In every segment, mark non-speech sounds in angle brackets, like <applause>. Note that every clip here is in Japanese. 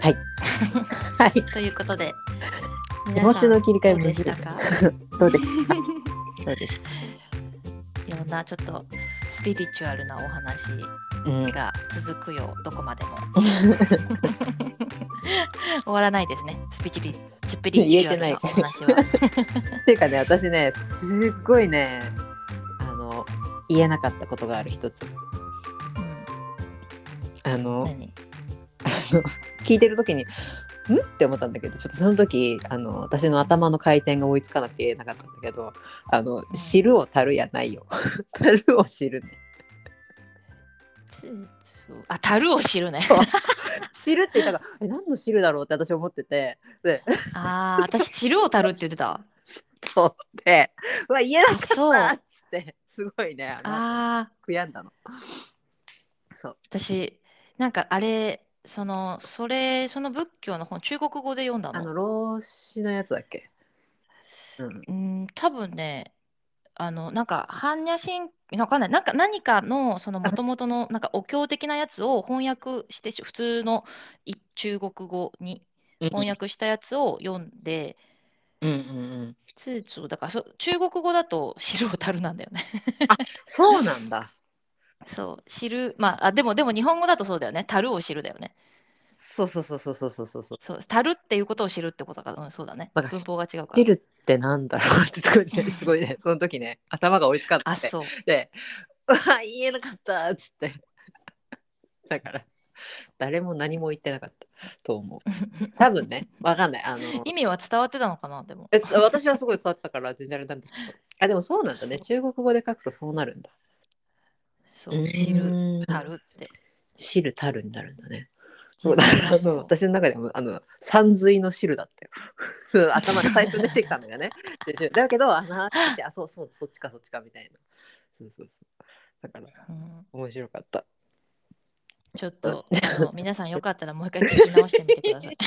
はい。ということで。気持ちの切り替え皆むさずんいどうでしたか。どうですかそうです。いろんなちょっとスピリチュアルなお話うん。が続くよ、どこまで <laughs> も。終わらないですね、スピチリスピリチュアルなお話は。っていうかね私ねすっごいねあの言えなかったことがある一つあうんの何聞いてる時に「ん?」って思ったんだけどちょっとその時あの私の頭の回転が追いつかなくて言えなかったんだけど「あの知るを足るやないよ」 <laughs> 「足るを知るね」そうあ、樽を知るね。 「知る」って言ったから <laughs> 「え何の知るだろう?」って私思っててでああ、私、知るを樽って言ってた。そうで「うわ言えなあ、そう。かった!」あっつってすごいねあのあー。悔やんだの。そう私なんかあれそのそれその仏教の本中国語で読んだのあの老子のやつだっけ、うん、うん多分ねあのなんか般若心わかんないなんか何かのそのもともとのなんかお経的なやつを翻訳して普通のい中国語に翻訳したやつを読んでうんうんうん通通だからそ中国語だと知るをたるなんだよ <laughs> ねそうなんだ。そう知るまああでもでも日本語だとそうだよねたるを知るだよねそうそうそうそうそうそうそうそう。そうたるっていうことを知るってことだからうんそうだねだから文法が違うからビルってなんだろうってすごいね、すごいね。その時ね、頭が追いつかなあくて。そうで、うわ、言えなかったっつって。だから、誰も何も言ってなかったと思う。多分ね、わかんない。あの、意味は伝わってたのかなでもえつ私はすごい伝わってたから全然あれなんだけど。あ、でもそうなんだね。中国語で書くとそうなるんだ。そう知るうーんたるって汁たるになるんだね。そうだからあの私の中でもあの山水の汁だったよ。 <laughs> そう頭で最初出てきたのがね。で汁だけどあの聞いてあそうそうそっちかそっちかみたいな。そうそうそう。だからうん面白かった。ちょっ <laughs> とあの皆さんよかったらもう一回聞き直してみてください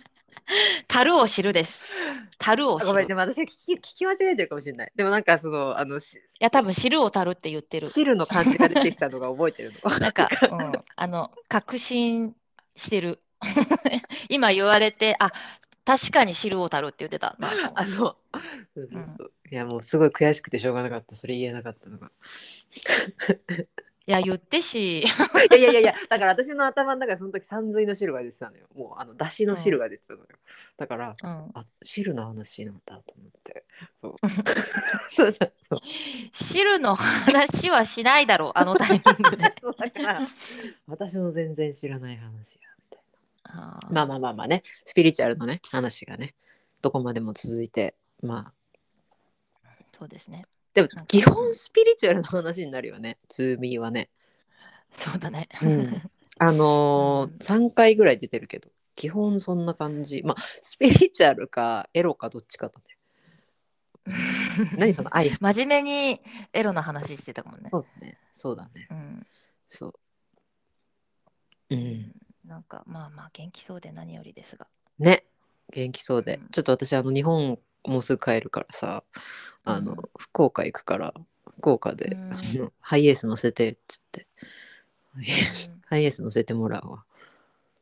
<laughs> たるを知るですたるをあ知ごめんるいでも私は聞き聞き間違えてるかもしれない。でもなんかそのあのしや多分知るをたるって言ってる汁の感じが出てきたのが覚えてるの。 <laughs> なんか、うん、あの確信してる <laughs> 今言われてあ確かに知るをたるって言ってたなと思ってあそう。そうそうそういやもうすごい悔しくてしょうがなかった。それ言えなかったのが。いや言ってしいやいやいやいやだから私の頭の中でその時山水の汁が出てたのよ。もうあの出汁の汁が出てたのよ。だからうんあ汁の話なんだと思って。そう <laughs> そうそうそう知るの話はしないだろうあのタイミングで <laughs> そうだから私の全然知らない話やみたいあーな。まあまあまあまあねスピリチュアルのね話がねどこまでも続いてまあそうですねでも基本スピリチュアルの話になるよねズーミーはね。そうだね。 <laughs> うんあのー、3回ぐらい出てるけど基本そんな感じまあスピリチュアルかエロかどっちかだね。何その愛真面目にエロの話してたもんね。そうだねそうだねうん。そう。うんなんかまあまあ元気そうで何よりですが。ね元気そうで、うんちょっと私あの日本もうすぐ帰るからさあの、うん福岡行くから福岡で、うんあのハイエース乗せてっつってハイエースうんハイエース乗せてもらうわ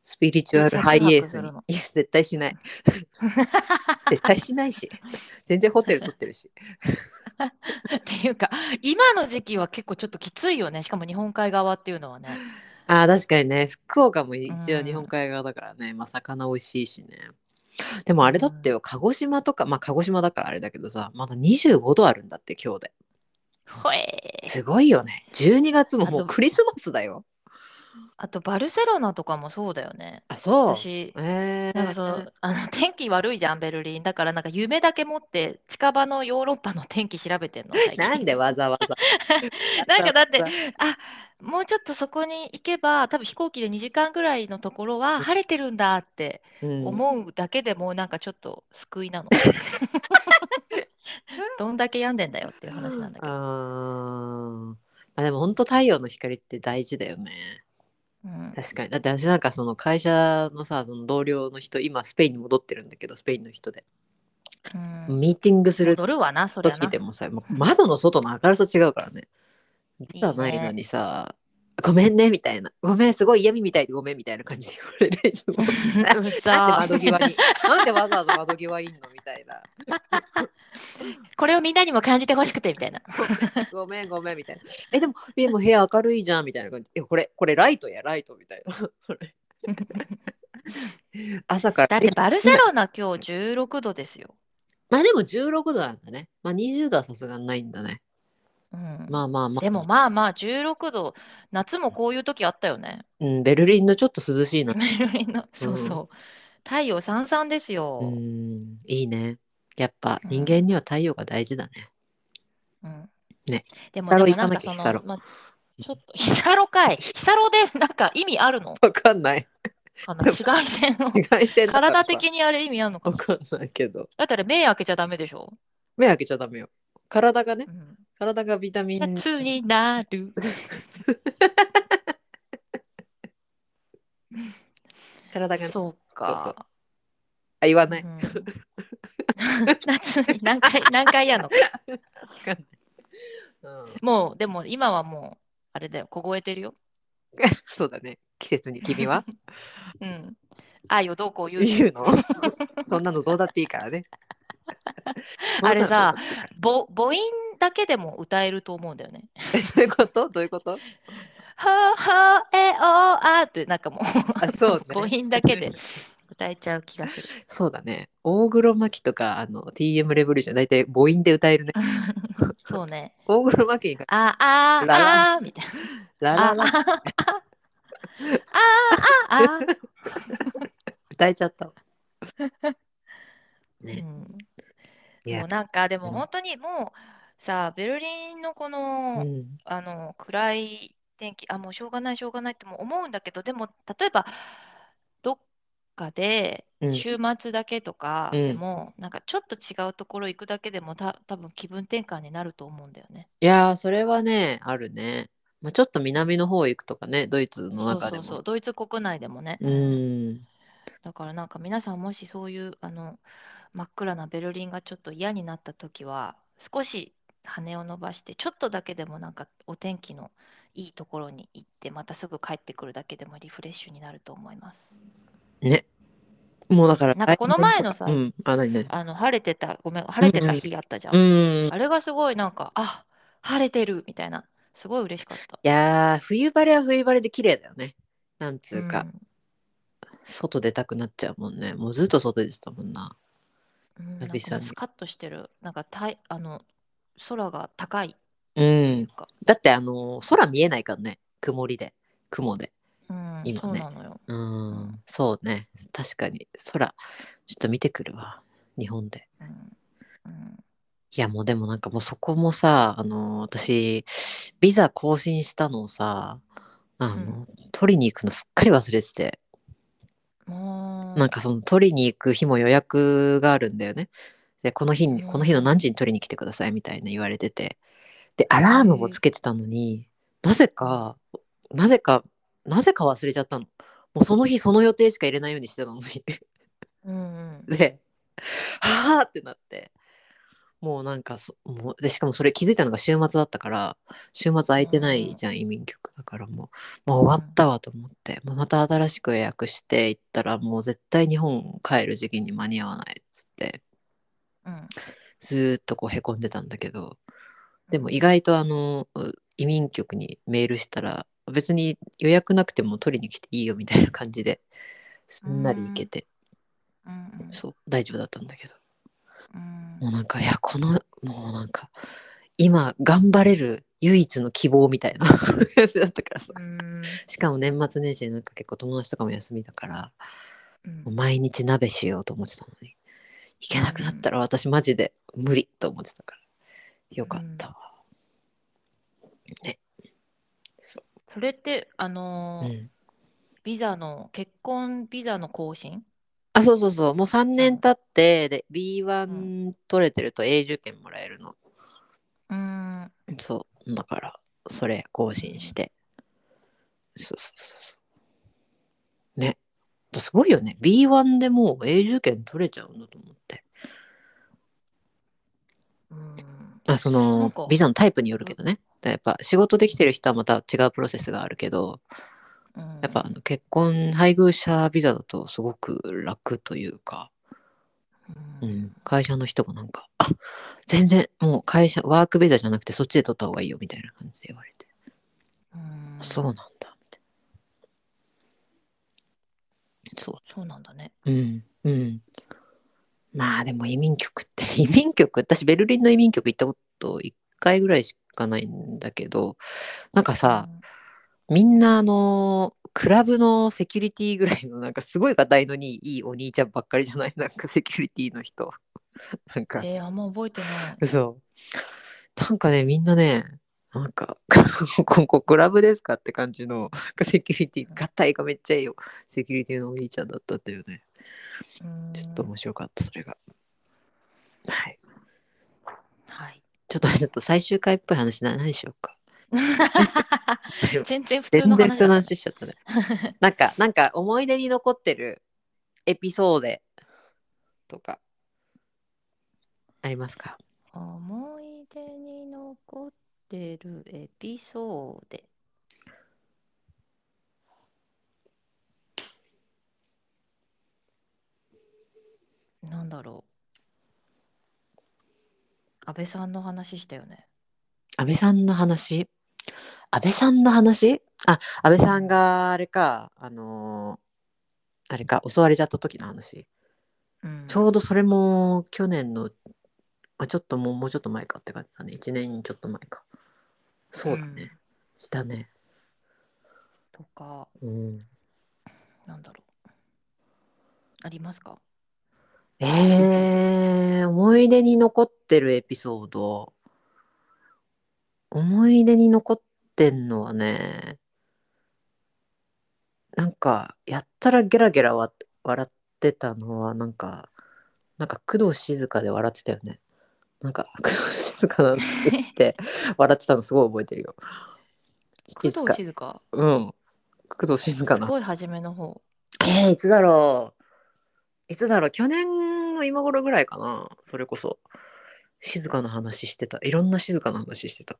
スピリチュアルえハイエースそんになことするのいや絶対しない <laughs> 絶対しないし全然ホテル取ってるし <laughs> っていうか今の時期は結構ちょっときついよね。しかも日本海側っていうのはね。あー確かにね福岡も一う応ん日本海側だからね、まあ魚美味しいしねでもあれだってよ鹿児島とかまあ鹿児島だからあれだけどさまだ25度あるんだって今日でほえー。すごいよね。12月ももあうとクリスマスだよ。あとバルセロナとかもそうだよね。あ、そう。私えー、なんかそのあの天気悪いじゃんベルリンだからなんか夢だけ持って近場のヨーロッパの天気調べてんの最近 <laughs> なんでわざわざ。 <laughs> なんかだってあもうちょっとそこに行けば多分飛行機で2時間ぐらいのところは晴れてるんだって <laughs> うん、思うだけでもうなんかちょっと救いな <laughs> の。どんだけ病んでんだよっていう話なんだけあど。ーあでも本当太陽の光って大事だよね。うん、確かに。だって私なんかその会社のさ、その同僚の人、今スペインに戻ってるんだけど、スペインの人で。うんミーティングする戻るわな、そりゃ時なで。もさ、もう窓の外の明るさ違うからね。実はないのにさ、ごめんねみたいなごめんすごい嫌味みたいでごめんみたいな感じで言われるいつもうっなさんで窓際になんでわざわざ窓際いんのみたいな <laughs> <laughs> これをみんなにも感じてほしくてみた <laughs> いな。ごめんごめんみたいな。え、でも、でも部屋明るいじゃんみたいな感じ。え、これ、これライトやライトみたいな。 <laughs> それ朝から。だってえバルセロナ今日16度ですよ。まあでも16度なんだね。まあ20度はさすがにないんだね。うん、まあまあまあ。でも、まあまあ16度、夏もこういう時あったよね。うん、ベルリンのちょっと涼しいな。ベルリンの <laughs> そうそう。太陽さんさんですよう。ん、いいね。やっぱうん人間には太陽が大事だね。 <laughs> うんねでも、ヒサでもロなん行かなきそのゃヒサロまあちょっと、 <laughs> ヒサロかい。ヒサロで、なんか意味あるのわかんない。かな紫外線 <laughs> の。紫外線とか体さ的。にあれ意味あるのかわなかんないけど。だったら目開けちゃダメでしょ。目開けちゃダメよ。体がねう、ん、体がビタミン。夏にな <laughs> る。体がそね、うそうか。あ、言わない。うん <laughs> 夏に何回何回やんのわかんない。うんもうでも今はもうあれだよ凍えてるよ。 <laughs> そうだね。季節に君はうん。愛をどうこう <laughs> 言う言うの <laughs> そんなのどうだっていいか <laughs> らね。あれさぼ母音だけでも歌えると思うんだよね。そんなの。どういうことどういうことほほえおあってなんかもあ、そうう <laughs> 母ね。音だけで歌えちゃう気がする。そうだね。大黒摩季とかあの TM レボリューション、大体母音で歌えるね。そうね。大黒摩季がああララああみたいな。ラあラあラああああ。歌えちゃっ <laughs> たわ。うね、んいやもうなんかでもうん本当にもうさベルリンのこの,、うん、あの暗い天気あもうしょうがないしょうがないってもう思うんだけどでも例えばどっかでうん週末だけとかうんでも、なんかちょっと違うところ行くだけでもた多分気分転換になると思うんだよね。いやーそれはねあるね、まあ、ちょっと南の方行くとかねドイツのそう中そでうもそうドイツ国内でもね。うんだからなんか皆さんもしそういうあの真っ暗なベルリンがちょっと嫌になった時は少し羽を伸ばしてちょっとだけでもなんかお天気のいいところに行ってまたすぐ帰ってくるだけでもリフレッシュになると思います。ねもうだからなんかこの前のさうん、あ何何あの晴れてたごめん晴れてた日あったじゃん。うんあれがすごいなんかあ晴れてるみたいなすごい嬉しかった。いやー冬晴れは冬晴れで綺麗だよね。なんつうか、ん外出たくなっちゃうもんね。もうずっと外出てたもんな。うん、な久々んにかもうスカッとしてるなんかたいあの空が高いうん。か。だってあのー空見えないからね。曇りで。雲で。うん、今そうねなのよ。うん。そうね。確かに。空、ちょっと見てくるわ。日本で。うんうんいやもうでもなんかもうそこもさ、あのー私、ビザ更新したのをさ、あの、取りに行くのすっかり忘れてて。もうなんかその取りに行く日も予約があるんだよね。で、この日に、うんこの日の何時に取りに来てくださいみたいな言われてて。で、アラームもつけてたのに、なぜか、なぜか、なぜか忘れちゃったの。もうその日その予定しか入れないようにしてたのに。うんうんで、はあってなって。もうなんかそもうで、しかもそれ気づいたのが週末だったから、週末空いてないじゃん、移民局だからもう、もう終わったわと思って、もうまた新しく予約して行ったら、もう絶対日本帰る時期に間に合わないっつって、うんずーっとこうへこんでたんだけど、でも意外とあの、う移民局にメールしたら、別に予約なくても取りに来ていいよみたいな感じで、すんなり行けて、うんうんそう、大丈夫だったんだけど。うんもうなんかいやこのもうなんか今頑張れる唯一の希望みたいな <laughs> やつだったからさうんしかも年末年始なんか結構友達とかも休みだからうんもう毎日鍋しようと思ってたのに行けなくなったら私マジで無理と思ってたからよかったわ、ねそそれってあう、のうーん、ビザの結婚ビザの更新あそうそうそうもう3年経ってで B1 取れてると永住権もらえるのうんそうだからそれ更新してそうそうそうそうねすごいよね B1 でもう永住権取れちゃうんだと思ってうんあそなんのかビザのタイプによるけどねやっぱ仕事できてる人はまた違うプロセスがあるけど、うんやっぱあの結婚配偶者ビザだとすごく楽というか、ううんん、会社の人もなんか、あ全然もう会社、ワークビザじゃなくてそっちで取った方がいいよみたいな感じで言われて、うんそうなんだ、みたいな。そうそうなんだね。うんうん。まあでも移民局って <laughs> 移民局私ベルリンの移民局行ったこと1回ぐらいしかないんだけどなんかさみんなあのクラブのセキュリティぐらいのなんかすごい硬いのにいいお兄ちゃんばっかりじゃないなんかセキュリティの人 <laughs> なんうかん、えー、あんま覚えてない。嘘なんかねみんなねなんか <laughs> ここクラブですかって感じのセキュリティ硬いがめっちゃいいよセキュリティのお兄ちゃんだったんだよねうんちょっと面白かった、それが。はい。はい。ちょっと、ちょっと最終回っぽい話な、何しようか。全然普通全の話だ然普通の話しちゃったね。なんか、なんか思い出に残ってるエピソードとか、ありますか思い出に残ってるエピソード。なんだろう。安倍さんの話したよね。安倍さんの話安倍さんの話あ、安倍さんがあれか、あのーあれか、襲われちゃった時の話。うん、ちょうどそれも去年の、あ、ちょっともう、もうちょっと前かって感じだね。1年ちょっと前か。そうだね。したね。うんとか、うん、なんだろう。ありますかえー、思い出に残ってるエピソード。思い出に残ってんのはね、なんか、やったらゲラゲラわ笑ってたのは、なんか、なんか工藤静香で笑ってたよね。なんか、 <laughs> 工藤静香なんて言って、笑ってたのすごい覚えてるよ。 <laughs> 工静藤か静香。うん。工藤静香すな。ごい初めの <laughs> 方。えー、いつだろういつだろう去年の今頃ぐらいかなそれこそ。静かな話してた。いろんな静かな話してた。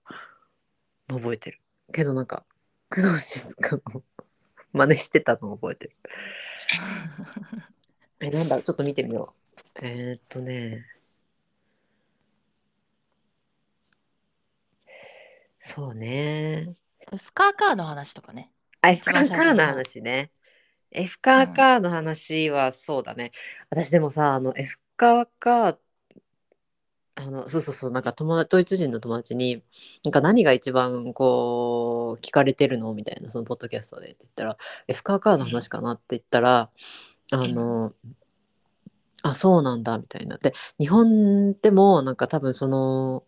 覚えてる。けどなんか、工藤静香の真似してたの覚えてる。え、なんだろうちょっと見てみよう。えー、っとね。そうね。スカーカーの話とか <laughs> ね。あ、F カーカーの話ね。F カーカーの話はそうだね。私でもさ、あの F カーカー、あの、そうそうそう、なんか友達、ドイツ人の友達に、なんか何が一番こう、聞かれてるのみたいな、そのポッドキャストでって言ったら、F カーカーの話かなって言ったら、あの、あ、そうなんだ、みたいな。で、日本でもなんか多分その、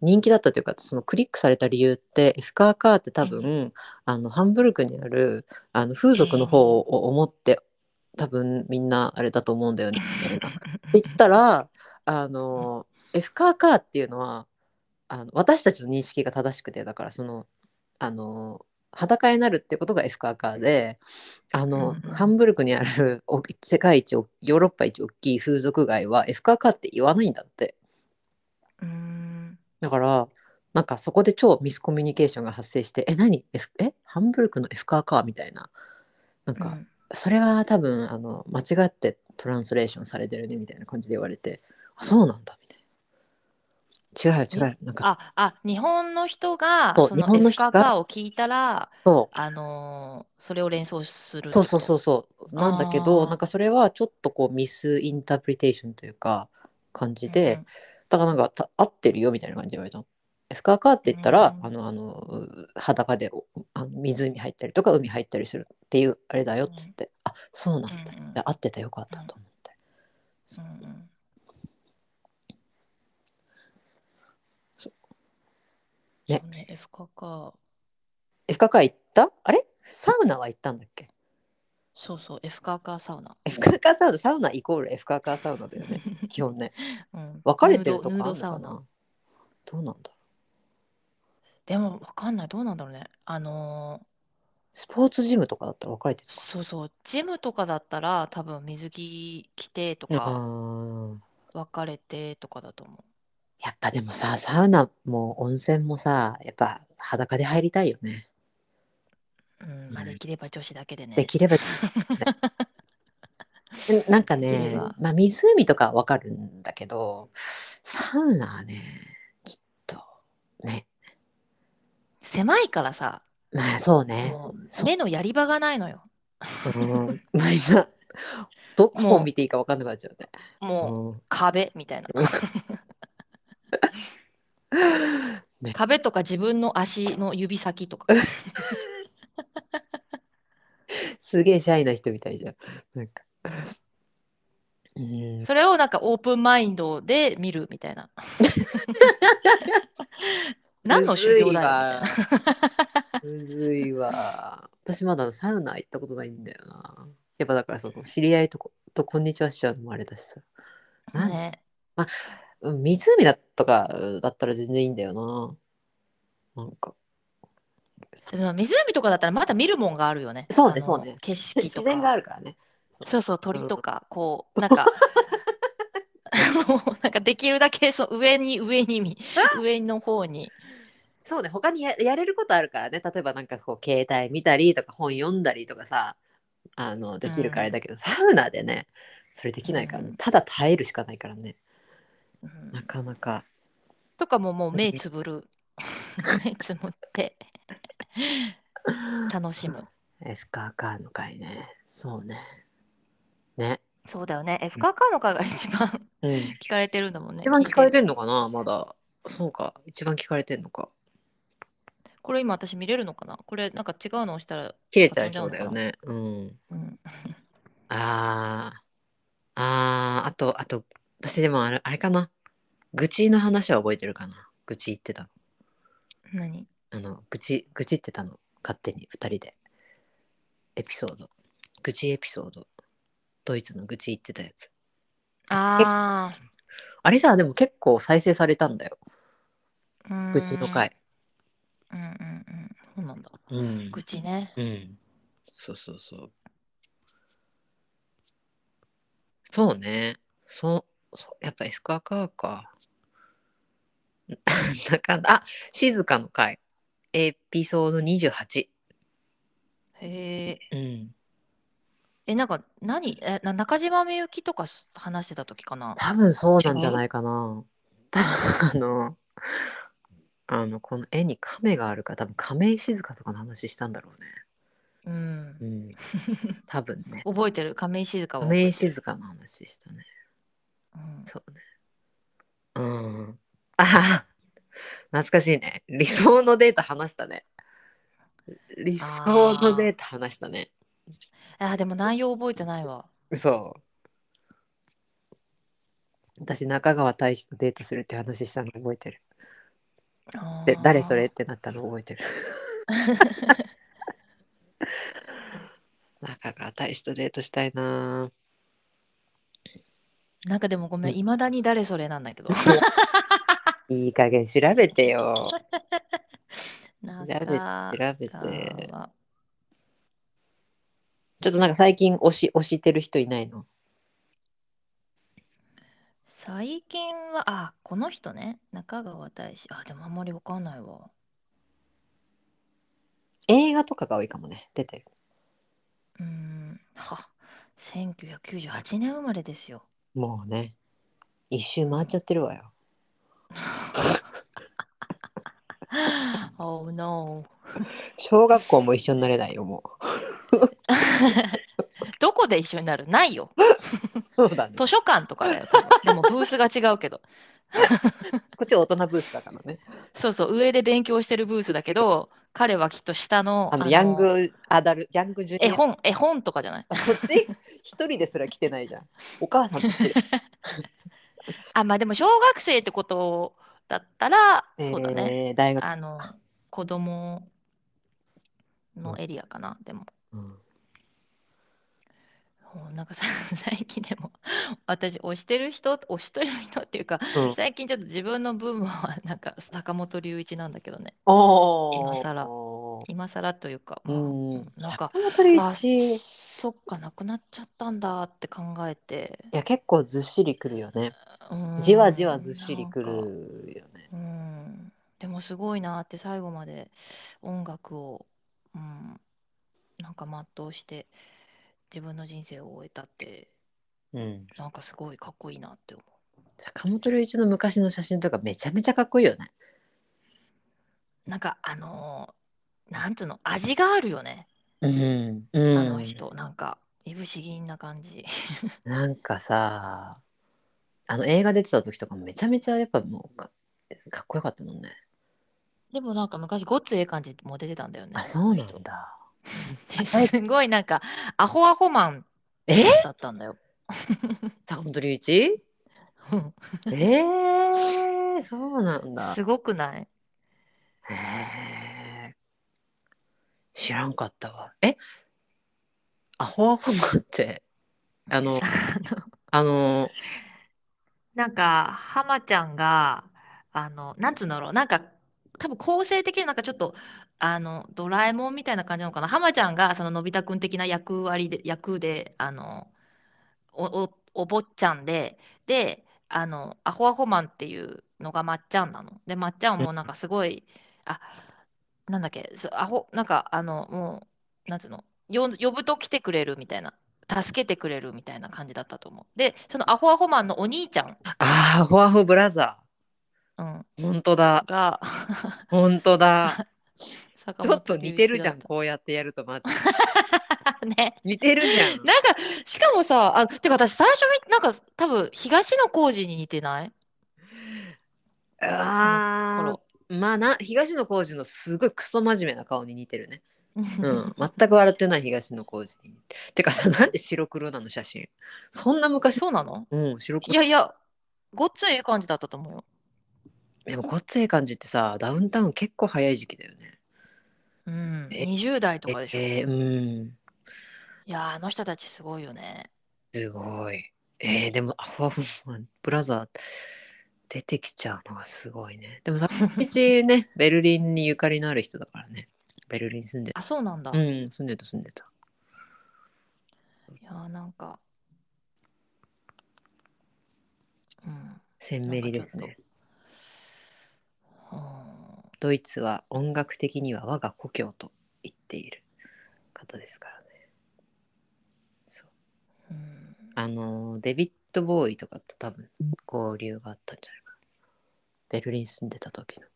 人気だったというか、そのクリックされた理由って、F カーカーって多分、うあのハンブルクにあるあの風俗の方を思って多分みんなあれだと思うんだよね。って言ったらあの F カーカーっていうのはあの私たちの認識が正しくてだからそのあの裸になるってことが F カーカーであうの、んうんハンブルクにあるお世界一おヨーロッパ一大きい風俗街は F カーカーって言わないんだって。うーん。だからなんかそこで超ミスコミュニケーションが発生して「え何、F、えハンブルクの F カーか」みたいななんうかんそれは多分あの間違ってトランスレーションされてるねみたいな感じで言われて「あそうなんだ」みたいな「違うよ違うよ」なんかあ、あ、日本の人が、そうそ日本の人が F カーカーを聞いたら、そあのーそれを連想する。うそうそうそううそうなんだけどあーなんかそれはちょっとこうミスインタープリテーションというか感じで、だからなんかた合ってるよみたいな感じで言われたの。F カーカーって言ったら、うんあのあのう裸でおあの湖入ったりとか海入ったりするっていうあれだよっつって、あそうなんだ、うんうんいや合ってたよかったと思って、うんうん、うんうん。そねそうね、F カーカー。 F カーカー行ったあれサウナは行ったんだっけそうそう、F カーカーサウナ。 F カーカーサウナサウナイコール F カーカーサウナだよね基本ね <laughs> うん分かれてるとヌーこドヌードあるのサかウなナ。どうなんだでも、わかんない。どうなんだろうね。あのスポーツジムとかだったら分かれてるーそうそう、ジムとかだったら、多分水着着てとああか、ー分かれてとかだと思う。やっぱでもさサウナも温泉もさやっぱ裸で入りたいよねうんまあ、うんできれば女子だけでね。できれ <laughs> ばえなんかできれねば、まあ、湖とかはわかるんだけどサウナはねちょっとね狭いからさ、まあそうね、もうそ目のやり場がないのよ。うん、みんなどこを見ていいかわかんなくなっちゃうねもううん壁みたいな。 <laughs> ね壁とか自分の足の指先とか。すげえシャイな人みたいじゃん。なんか。うん、それをなんかオープンマインドで見るみたい <laughs> な。何の修行だよ。よ。むずいわ。私まだサウナ行ったことないんだよな。やっぱだからその知り合いとことこんにちはしちゃうのもあれだしさ。なんね、うん湖だとかだったら全然いいんだよな。なんか。でも湖とかだったらまだ見るもんがあるよね。そうねあのそうね景色とか。自然があるからね。そうそう、鳥とか、こう、なんか、 <laughs> もうなんかできるだけそう上に上にみ、上の方に。そうね、他にややれることあるからね。例えばなんかこう携帯見たりとか本読んだりとかさ、あのできるからあれだけど、サウナでね、それできないからね、うんただ耐えるしかないからね。うんなかなか。とかももう目つぶる。 <laughs> 目つぶって楽しむ。エフカーカーの会ね。そうね。ね。そうだよね。F カーカーの会が一番うん、聞かれてるんだもんね。一番聞かれてんのかなまだ。そうか。一番聞かれてんのか。これ今私見れるのかなこれなんか違うのをしたら。切れちゃいそうだよね。うん。うん、ああ。ああ。あと、あと、私でもあれあれかな。愚痴の話は覚えてるかな。愚痴言ってたの。何あの、愚痴、愚痴ってたの。勝手に二人で。エピソード。愚痴エピソード。ドイツの愚痴言ってたやつ。ああれさ、でも結構再生されたんだよ。あ。愚痴の回。うん。うんうんうん。そうなんだ。うん愚痴ね。うん。そうそうそう。そうね。そう、そうやっぱ F カーカーか。 <laughs> なんかんだ、あ、静かの回。エピソード28。へえ。うん。え、なんか何えな中島みゆきとかす話してた時かな多分そうなんじゃないかな。多分あの、あの、この絵に亀があるから、多分亀井静香とかの話したんだろうんう。ね。うん。多分 <laughs> ね。覚えてる亀井静香を。亀井静香の話したね。うんそうね。うん。ああ、懐かしいね。理想のデータ話したね。理想のデータ話したね。あ、でも内容覚えてないわ。そう。私、中川大志とデートするって話したの覚えてる。あーで、誰それってなったの覚え <laughs> てる。中川大志とデートしたいななんかでもごめん、いまだに誰それなんだけど。ぁ。いい加減調べてよ。調調べて、調べて。はちょっとなんか最近推し、推してる人いないの最近は、あ、この人ね、中川大志。あ、でもあんまりわかんないわ。映画とかが多いかもね出てるうーん、は、1998年生まれですよ。もうね一周回っちゃってるわよ Oh no. 小学校も一緒になれないよも <laughs> どこで一緒になるないよ。 <laughs> うそうだねこ図書館とかだよ。多分でもブースが違うけど。っちは大人ブースだからねそうそう、上で勉強してるブースだけど、彼はきっと下のあのあのヤングアダルヤングジュニア絵本、絵本とかじゃない。こっち一人ですら来てないじゃんお母さんと来てるあ、まあでも小学生ってことだったら、 <laughs> そうだね。えー大学、あの、子供のエリアかな、でも。 <laughs> うんもうなんかさ、 <laughs> 最近でも、私、推してる人、推してる人っていうか、うん最近ちょっと自分のブームは、なんか坂本龍一なんだけどね。おー今更おー今更というか、うまあん。なんか魚取りあ一いそっかなくなっちゃったんだって考えて、や結構ずっしりくるよね。うんじわじわずっしりくなんかるよね。うん、でもすごいなって最後まで音楽を、うん、なんか全うして自分の人生を終えたってうん。なんかすごいかっこいいなって思う。坂本龍一の昔の写真とかめちゃめちゃかっこいいよね。なんかあのーなんつうの味があるよね、うん。うん、あの。人なんかいぶし銀な感じなんかさ、あの映画出てた時とかめちゃめちゃやっぱもうかかっこよかったもんね。でもなんか昔ごっつええ感じも出てたんだよねあ、そうなんだ。で <laughs> すごいなんかアホアホマンえだったんだよ坂本龍一うんえー、そうなん <laughs> だ。すごくないへえ。知らんかったわ。えアホアホマンって、<laughs> あのさ、あのあの、なんか浜ちゃんがあのなんつうんだろうなんか多分構成的になんかちょっとあのドラえもんみたいな感じなのかな浜ちゃんがそののび太くん的な役割で役であのおおお坊ちゃんでであのアホアホマンっていうのがまっちゃんなのでまっちゃんもなんかすごいあなんだっけそうアホなんかあのもうなんつうのよ呼ぶと来てくれるみたいな助けてくれるみたいな感じだったと思うでそのアホアホマンのお兄ちゃんあーアホアホブラザうん、ー。本当 <laughs> だ。 <laughs> が、本当だ。坂ち本ょっと似てるじゃん、こうやってやるとマッチ。ん。 <laughs> ね、似てるじゃん。なんか、しかもさ、あ、てか私最初見、なんか多分、東野幸治に似てないあこーまあな、東野幸治のすごいクソ真面目な顔に似てるね。うのん。全く笑ってない東野幸治に似て。てかさ、 <laughs> なんで白黒なの写真。そんな昔、 <laughs> そうなのうん、白黒いやいや、ごっついい感じだったと思うよ。でもごっつい感じってさダウンタウン結構早い時期だよね。うん、え20代とかでしょ。いえーうんやー、あの人たちすごいよ <laughs> ね。すごい。えー、でもアフアフマンブラザー出てきちゃうのがすごいね。でもさ一ねベルリンにゆかりのある人だからね。ベルリン住んであ、そうなんだ。ういん住んでた住んでた。やー、なんか、うん、鮮明にですなんねか。うんドイツは音楽的には我が故郷と言っている方ですからね。そううん、あのーデビッド・ボーイとかと多分交流があったんじゃないかな。ベルリン住んでた時の。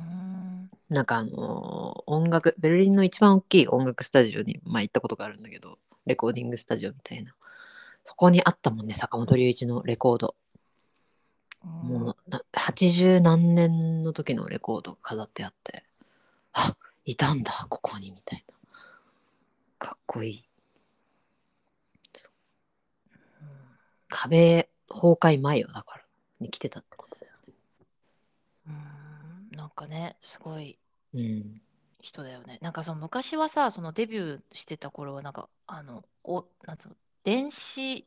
うん、なんかあのー音楽ベルリンの一番大きい音楽スタジオに、まあ、行ったことがあるんだけどレコーディングスタジオみたいなそこにあったもんね坂本龍一のレコードもうな80何年の時のレコードが飾ってあってあいたんだここにみたいなかっこいい壁崩壊前よだからに来てたってことだようん、なんかね、すごい。ね人だよね。なんかその昔はさ、そのデビューしてた頃はなんかあのおなんつうの電子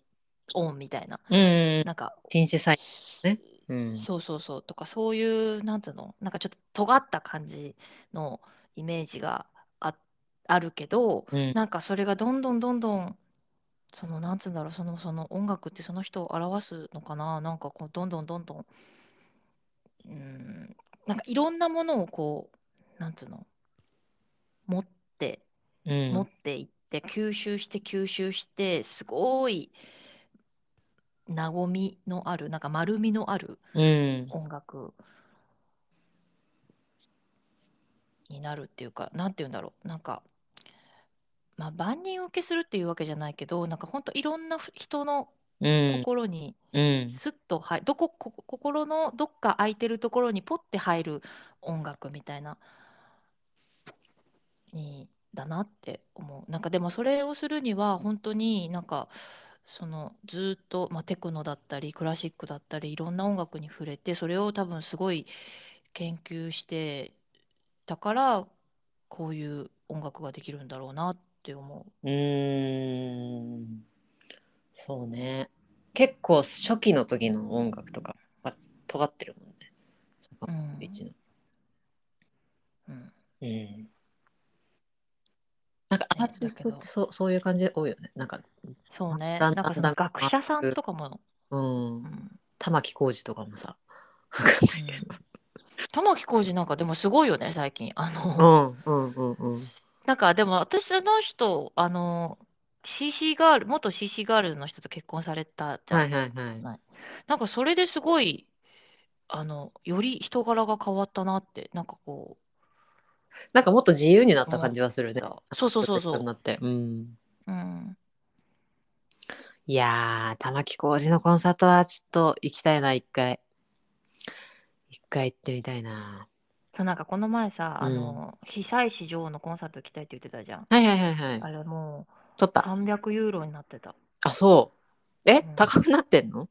音みたいな、うん、うん、なんか、シンセサイねうんそうそうそうとかそういうなんつうのなんかちょっと尖った感じのイメージがああるけど、うんなんかそれがどんどんどんどんそのなんつうんだろうそのその音楽ってその人を表すのかななんかこうどんどんどんどんうーんなんかいろんなものをこうなんつうの持ってうん持っていって吸収して吸収してすごい和みのあるなんか丸みのあるうん音楽になるっていうかなんて言うんだろうなんか、まあ、万人受けするっていうわけじゃないけどなんか本当いろんなふ人のうん心にうんスッと入どここ心のどっか空いてるところにポッて入る音楽みたいなにだなって思うなんかでもそれをするには本当になんかそのずーっと、まあ、テクノだったりクラシックだったりいろんな音楽に触れてそれを多分すごい研究してたからこういう音楽ができるんだろうなって思うーんそうね結構初期の時の音楽とかは尖ってるもんねう。坂う本ん龍一のうんうんじだーティスけトどってそうそういう感じ多いよね。なんか、そうねだなんんだんかそのだん学者さんとかも、うんう、ん、玉置浩二とかもさ、わかんないけ玉置浩二なんかでもすごいよね最近あの、ど。うん、うん、うん、うん。なんかでも私あの人あの CC ガール元 CC ガールの人と結婚されたじゃん、はいはいはい。なんかそれですごいあのより人柄が変わったなってなんかこなんかもっと自由になった感じはするうね。そうそうそうそにう、なって。うん。うん、いやー、玉置浩二のコンサートはちょっと行きたいな、一回。一回行ってみたいな。そうなんかこの前さうんあの、被災市場のコンサート行きたいって言ってたじゃんはいはいはいはあい。れも撮っうた。 300ユーロになってた、あ、そう。え、うん高くなってんの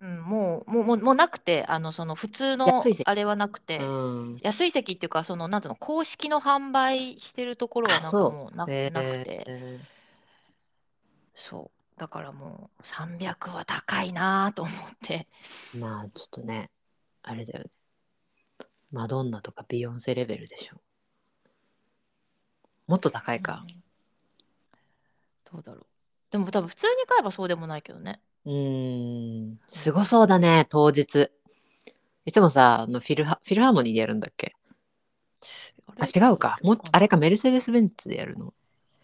うん、もうもうもうもうなくてあのその普通の安い席あれはなくて、うん。安い席っていうか、その、なんていうの、公式の販売してるところはあなんかそうもうなえなくて、ーそう。だからもう300は高いなと思って。まあちょっとね、あれだよね。マドンナとかビヨンセレベルでしょ。もっと高いか。うんどうだろう。でも多分普通に買えばそうでもないけどね。うーん、すごそうだね、当日。いつもさ、あのフィルハフィルハーモニーでやるんだっけああ、れ違うか。もっとあれれか、メルセデス・ベンツでやるの。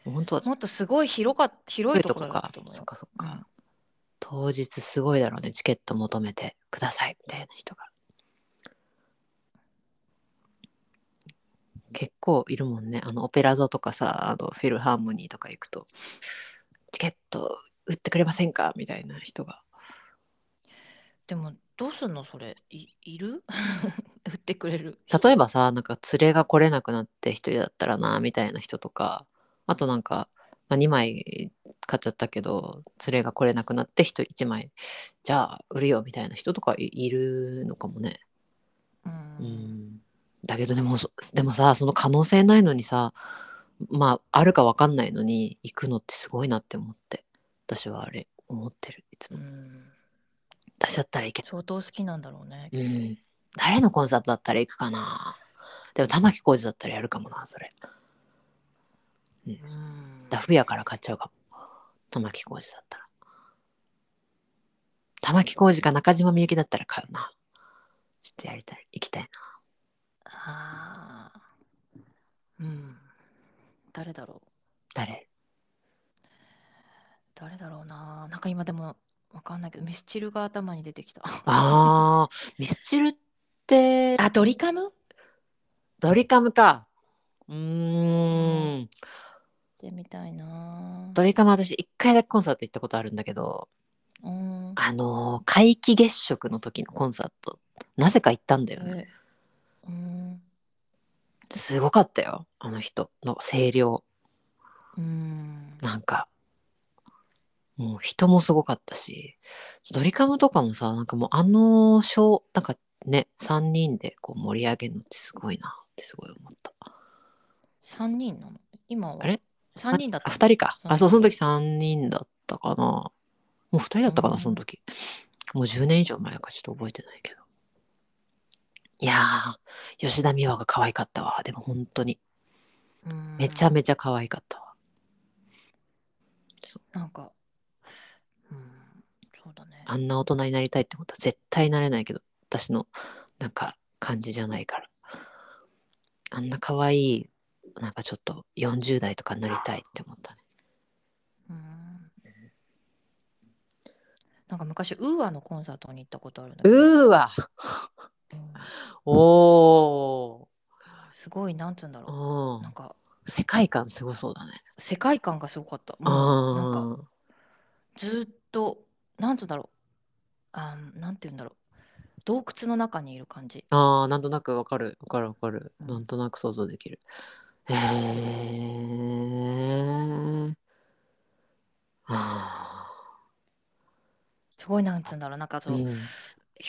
本当は、もっとすごい広かっ広いところだったかと。思うそっよ。かそっか。当日すごいだろうね、チケット求めてくださいみたいな人が。結構いるもんね。あの、オペラ座とかさ、あのフィルハーモニーとか行くと、チケット売ってくれませんかみたいな人が。でも、どうすんのそれ。い、いる <laughs> 売ってくれる。例えばさなんか連れが来れなくなって一人だったらなみたいな人とかあとなんか、まあ、2枚買っちゃったけど連れが来れなくなって一人1枚じゃあ売るよみたいな人とかいいるのかもね。う。うんんだけどでもそでもさその可能性ないのにさまああるか分かんないのに行くのってすごいなって思って私はあれ思ってるいつうも。ん。私だったらいけ相当好きなんだろうね。うん、誰のコンサートだったら行くかなでも玉置浩二だったらやるかもなそれうん。ダフ屋から買っちゃうかも玉置浩二だったら玉置浩二か中島みゆきだったら買うなちょっとやりたい行きたいなああ。うん。誰だろう。誰誰だろうな。なんか今でもわかんないけど、ミスチルが頭に出てきた。あーミスチルってあ、ドリカムっドリカムかうーんてみたいな。ドリカム私一回だけコンサート行ったことあるんだけどうん。あのー皆既月食の時のコンサートなぜか行ったんだよねえうん。すごかったよあの人の声量うん。なんかもう人もすごかったしドリカムとかもさなんかもうあのショーなんかね3人でこう盛り上げるのってすごいなってすごい思った三人なの今はあれ三人だっあた。 2人かあそうそそのの時時3人だったかなもう2人だったかな、うんその時もう10年以上前かちょっと覚えてないけどいやー吉田美和が可愛かったわでも本当にうんめちゃめちゃ可愛かったわ、なんか、うん、そうだね。あんな大人になりたいってことは絶対なれないけど私のなんか感じじゃないからあんな可愛いなんかちょっと40代とかになりたいって思ったねうん。なんか昔、ウーアのコンサートに行ったことあるんだけど、うーわうんおすごい、なんつうんだろおう。なんか、世界観すごそうだね世界観がすごかった。もうなんかあずっと、なんつうんだろう。あーなんていうんだろう。洞窟の中にいる感じ。あーなんとなくわかるわかるわかるうんなんとなく想像できるへえあすごいなんつうんだろう。なんかーそうの、ん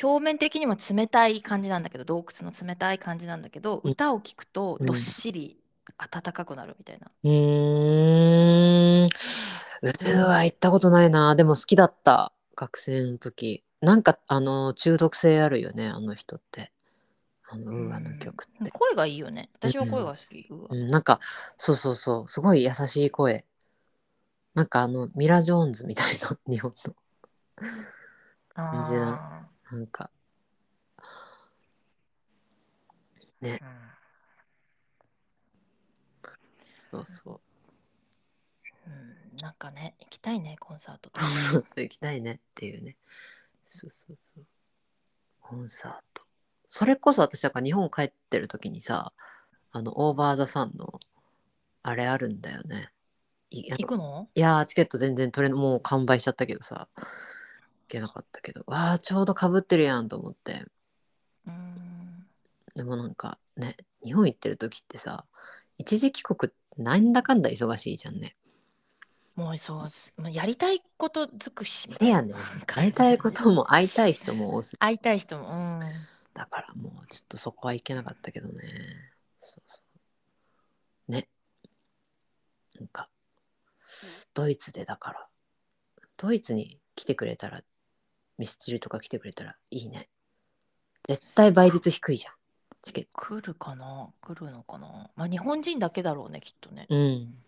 表面的には冷たい感じなんだけど、洞窟の冷たい感じなんだけど、うん歌を聴くとうんどっしり温かくなるみたいな。うーん。うーわ、行ったことないな。でも好きだった。学生の時。なんか、あの、中毒性あるよね、あの人って。あのウーアの曲って、声がいいよね。私は声が好き。うわうん、なんかそうそうそうすごい優しい声なんかあのミラ・ジョーンズみたいな <laughs> 日本の感じななんかあーうんそうそうんなんかね、行きたいね、コンサー <laughs> トとうコか。ンサート行きたいねっていうねそうそうそうコンサートそれこそ私だから日本帰ってる時にさあのオーバー・ザ・サンのあれあるんだよねいあの行くのいやーチケット全然取れもう完売しちゃったけどさ行けなかったけどわあちょうどかぶってるやんと思ってうーん。でもなんかね日本行ってる時ってさ一時帰国ってなんだかんだ忙しいじゃんね。もうそうっす、もうやりたいこと尽くし。せやねん感会じいたいことも会いたい人も多すぎ会いたい人も、うん。だからもうちょっとそこは行けなかったけどね。そうそう。ね。なんかドイツでだからドイツに来てくれたらミスチルとか来てくれたらいいね。絶対倍率低いじゃんチケット。来るかな来るのかなまあ日本人だけだろうね、きっとね。うん。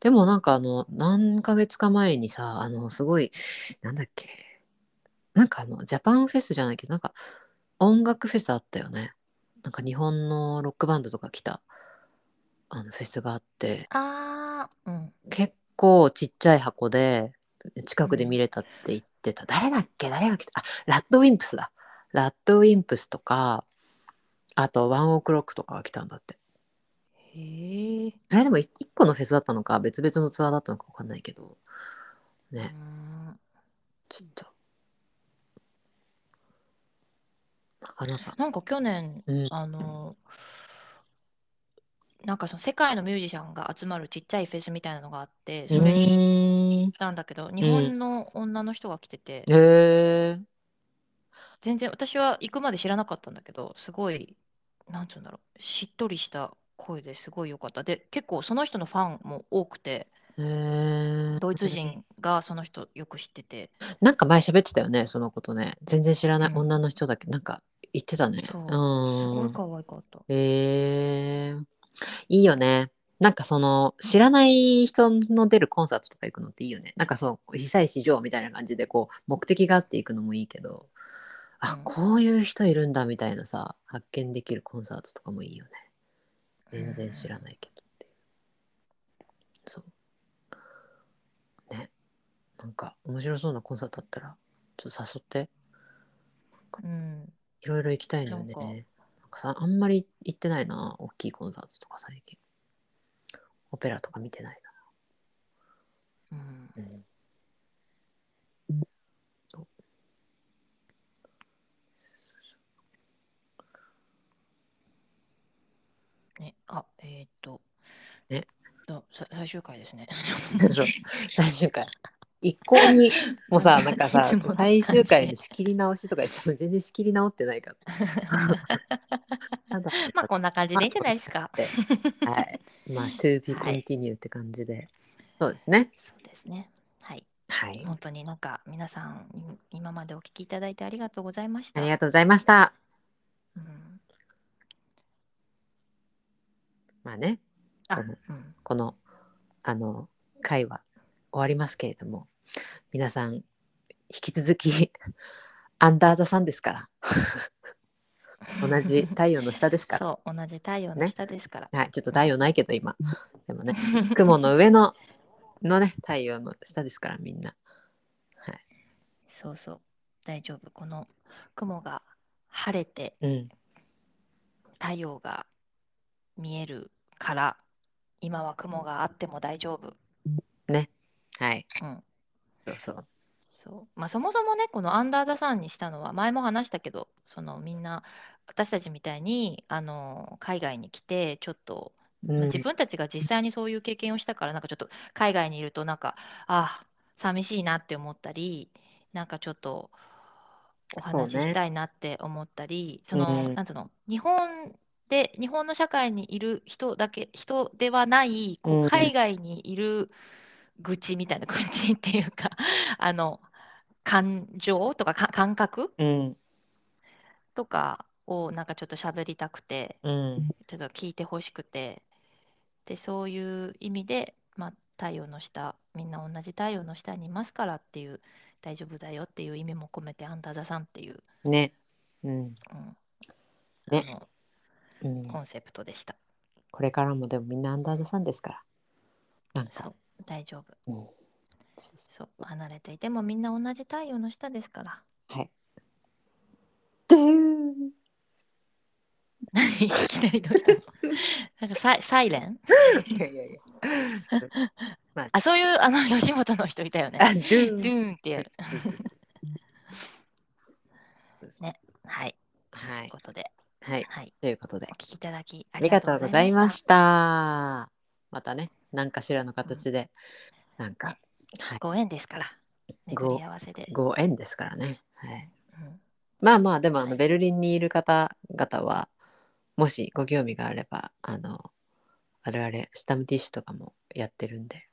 でもなんかあの何ヶ月か前にさあのすごいなんだっけなんかあのジャパンフェスじゃないけどなんか音楽フェスあったよねなんか日本のロックバンドとか来たあのフェスがあってあー、うん。結構ちっちゃい箱で近くで見れたって言ってた、誰だっけ誰が来たあラッドウィンプスだラッドウィンプスとかあとワンオクロックとかが来たんだってへえ。あれでも1個のフェスだったのか別々のツアーだったのか分かんないけどうーねんちょっとなかなかなんか去年、うんあの、なんかその世界のミュージシャンが集まるちっちゃいフェスみたいなのがあって、それに行っへたんだけど、日本の女の人が来てて、え全然私は行くまで知らなかったんだけど、すごい、なんつうんだろう、しっとりした声ですごい良かった。で、結構その人のファンも多くて、へえドイツ人がその人よく知ってて、なんか前喋ってたよねそのことね全然知らないうん女の人だけどなんか言ってたねそうすごういん可愛かった。へえいいよねなんかその知らない人の出るコンサートとか行くのっていいよねなんかそう被災市場みたいな感じでこう目的があって行くのもいいけどあ、うんこういう人いるんだみたいなさ発見できるコンサートとかもいいよね全然知らないけどっていうそうねなんか面白そうなコンサートあったらちょっと誘ってうん。いろいろ行きたいのよね。ななんんかかさ、あんまり行ってないな、大きいコンサートとか最近。オペラとか見てないうん、な。うん。そうね、あ、えーっと、ねあ、さ最終回ですね。 <laughs> そう最終回。一向に、もう <laughs> さ、なんかさいつも、の最終回の仕切り直しとか言ってたの全然仕切り直ってないから。 <laughs> ただ、まあこんな感じでいいんじゃないですか。ではい。まあ、to be はい continue って感じで。そうですね。そうですね。はい。はい。本当になんか皆さんい今までお聞きいただいてありがとうございましあた。りがとうございました。うん、まあね、あ、ううんん、このあの会は終わりますけれども皆さん引き続き <laughs> アンダーザさんですから <laughs> 同じ太陽の下ですから、そう、同じ太陽のね下ですから。はい、ちょっと太陽ないけど今でもね雲の上ののね太陽の下ですからみんなはいそうそう、大丈夫。この雲が晴れてうん太陽が見えるから、今は雲があっても大丈夫。ねはいうん。そうそうそうまあ、そもそもね、このアンダーザさんにしたのは、前も話したけど、そのみんな、私たちみたいにあの海外に来て、ちょっと、うまあん自分たちが実際にそういう経験をしたから、なんかちょっと海外にいると、なんか、ああ、寂しいなって思ったり、なんかちょっとお話しそうねしたいなって思ったり、そうんの、なんつうの、日本で、日本の社会にいる人だけ、人ではない、こううん海外にいる愚痴みたいな、愚痴っていうか、 <laughs> あの、感情とかか感覚うんとかをなんかちょっと喋りたくて、うん。ちょっと聞いてほしくて、で、そういう意味で、まあ、太陽の下、みんな同じ太陽の下にいますからっていう、大丈夫だよっていう意味も込めて、アンダーザさんっていう、ね。うん。うん、ねあのうん。コンセプトでした。これからもでもみんなアンダーザさんですから。なんそかう。、大丈夫。うん、そう、離れていてもみんな同じ太陽の下ですから。はい。ドゥーン何いきなりどう <laughs> したのなんかサイサイレンいやいやいや。あ、そういうあの吉本の人いたよね。あ、ドゥドゥーン。ーンってやる。ねはい、はというい。ことで、はい。はい、ということでお、聞きいただきあありがとうございまた。した。またね、何かしらの形で、なんか、はい。ご縁ですから、巡り合わせで。ご縁ですからね。はい。うん <laughs> まあまあでもあはのいベルリンにいる方々はもしご興味があればあの我々スタムティッシュとかもやってるんで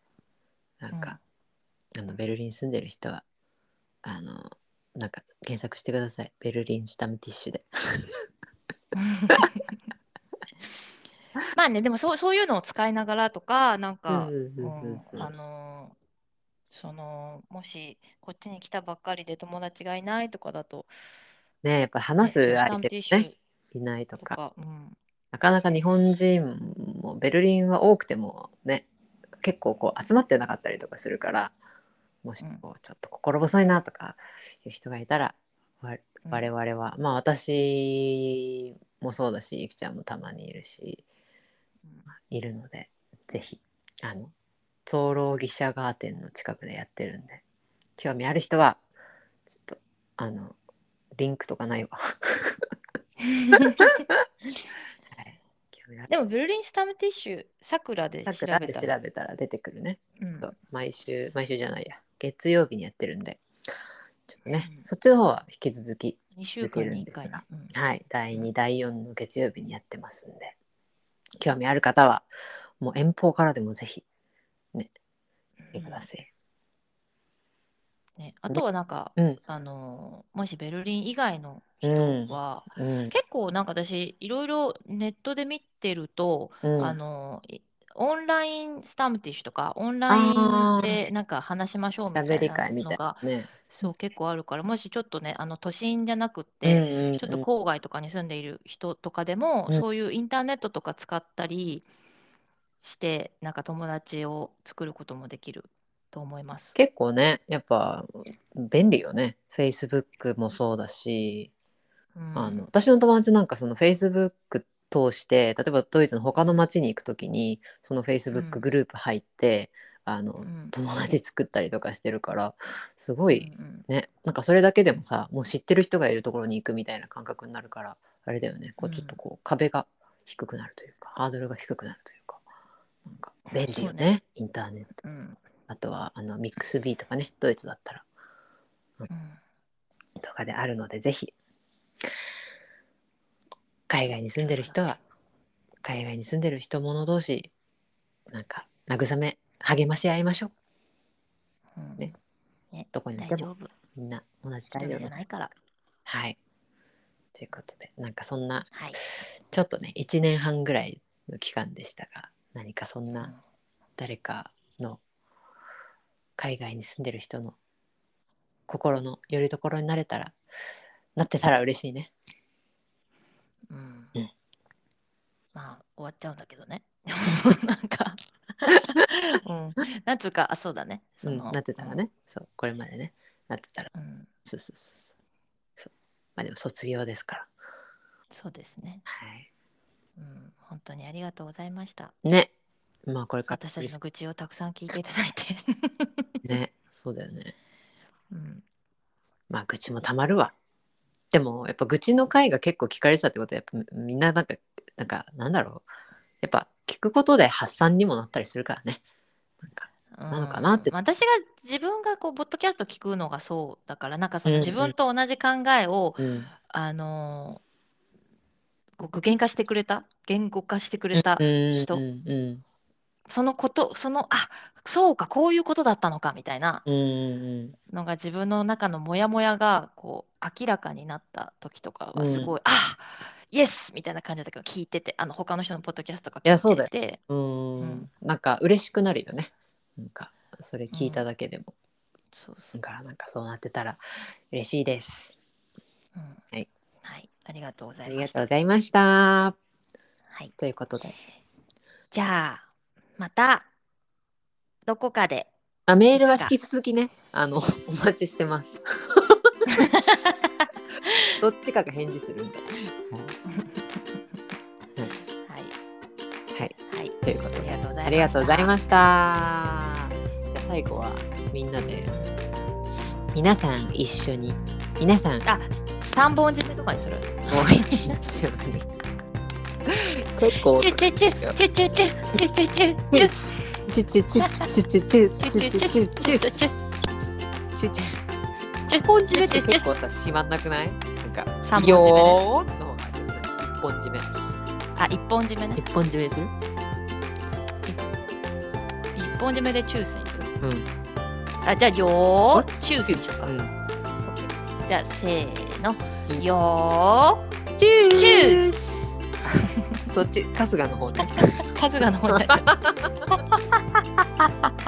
なんか、あのベルリン住んでる人はあのなんか検索してくださいベルリンスタムティッシュでまあね、でもそうそういうのを使いながらとか、なんか、そうそうそうそううんあのーそのもしこっちに来たばっかりで友達がいないとかだと、ねやっぱ話すね相手スタがンプねテいないとィッシュとかか、うん、なかなか日本人もベルリンは多くてもね結構こう集まってなかったりとかするからもしうんこうちょっと心細いなとかいう人がいたら、わうん我々はまあ私もそうだしゆきちゃんもたまにいるしうんいるのでぜひあの長老義者ガーデンの近くでやってるんで興味ある人はちょっとあのリンクとかないわ、 <laughs> はい、興味ある <laughs> でも、ベルリンスタムティッシュ、さくらで調桜べでた調ら、べたら出てくるねうんそう毎週毎週じゃないや月曜日にやってるんでちょっとね、うんそっちの方は引き続き2週間に1回出てだ。うんはい第2第4の月曜日にやってますんで興味ある方はもう遠方からでもぜひ来てください、ね、あとはなんか、うんあのーもしベルリン以外のうん人は、うん結構なんか私、いろいろネットで見てると、うんあのいオンラインスタムティッシュとか、オンラインでなんか話しましょうみた喋り会いみなたのいなが、ねそう結構あるから、もしちょっとね、あの都心じゃなくっうんて、うんうんちょっと郊外とかに住んでいる人とかでも、うんそういうインターネットとか使ったりして、なんか友達を作ることもできると思います。結構ねやっぱ便利よね Facebook もそうだしうんあの私の友達なんかそのフェイスブック通して例えばドイツの他の町に行くときにそのフェイスブッうクんグループ入って、あのうん友達作ったりとかしてるからすごいうんうんねなんかそれだけでもさもう知ってる人がいるところに行くみたいな感覚になるからあれだよねこううんちょっとこう壁が低くなるというか、ハードルが低くなるというかなんか便利よねそうインターネッうトんあとはあのミックス B とかねドイツだったらうんとかであるのでぜひ海外に住んでる人は海外に住んでる人者同士なんか慰め励まし合いましょううんねねどこにい大て丈も夫、みんな同じ大大丈丈夫じ夫ゃないから。はいということでなんかそんなはい。ちょっとね1年半ぐらいの期間でしたが何かそうんんな誰かの海外に住んでる人の心のよりどころになれたらなってたら嬉しいねうんうんまあ終わっちゃうんだけどね。でもなんか、 <laughs> うん、なんつうか、あ、そうだね。そうん、のなってたら。ね、そうこれまでねなってたらうんうんそうそうそうそうそうまあでも卒業ですからそうですね、はいうん。本当にありがとうございました。ねまあこれから私たちの愚痴をたくさん聞いていただいて。 <laughs> ねそうだよねうん、まあ愚痴もたまるわでもやっぱ愚痴の回が結構聞かれてたってことはやっぱみんななんかなんかなんだろうやっぱ聞くことで発散にもなったりするからねなんかなのかなって私が自分がこう、ポッドキャスト聞くのがそうだから、なんかそのうん自分と同じ考えを、うんあのーこう具現化してくれた、言語化してくれたうん人うんうんそのこと、その、あ、そうか、こういうことだったのかみたいなうんうんのが自分の中のモヤモヤがこう明らかになった時とかはすごい、あ、イエスみたいな感じだけど聞いてて、あの他の人のポッドキャストとかいやそうだ聞よいてて、うんううんんなんか嬉しくなるよねなんかそれ聞いただけでも、そうそうだからなんかそうなってたら嬉しいですうんはいはい、ありがとうござあいりまがす。とうございましたはい、ということでじゃあ、また、どこかで。あメールは引き続きねあのお待ちしてますどっちかが返事するんで、はい、はい、はい、ということであありがとうございす。ましたじゃあ最後はみんなで皆さん一緒に皆さんあ、三本締めとかにする。もう一緒に結構チュチュチュチュチュチュチュチュチュチチュュッスチュチュチュッスチュチュチュッスチュチュチュッスチュチュチュッスチュチュチュチュ一本締めって結構さ締まんなくないなんか三本締めねよーっの方が良くない一本締めあ、一本締めね。一本締めする一本締めでチュースにする。うんあ、じゃあ、よー、チュースにしよううんか。じゃあ、せーの、よチューー、チュースス。 <laughs> そっち春日の方ね春日の方になっちゃう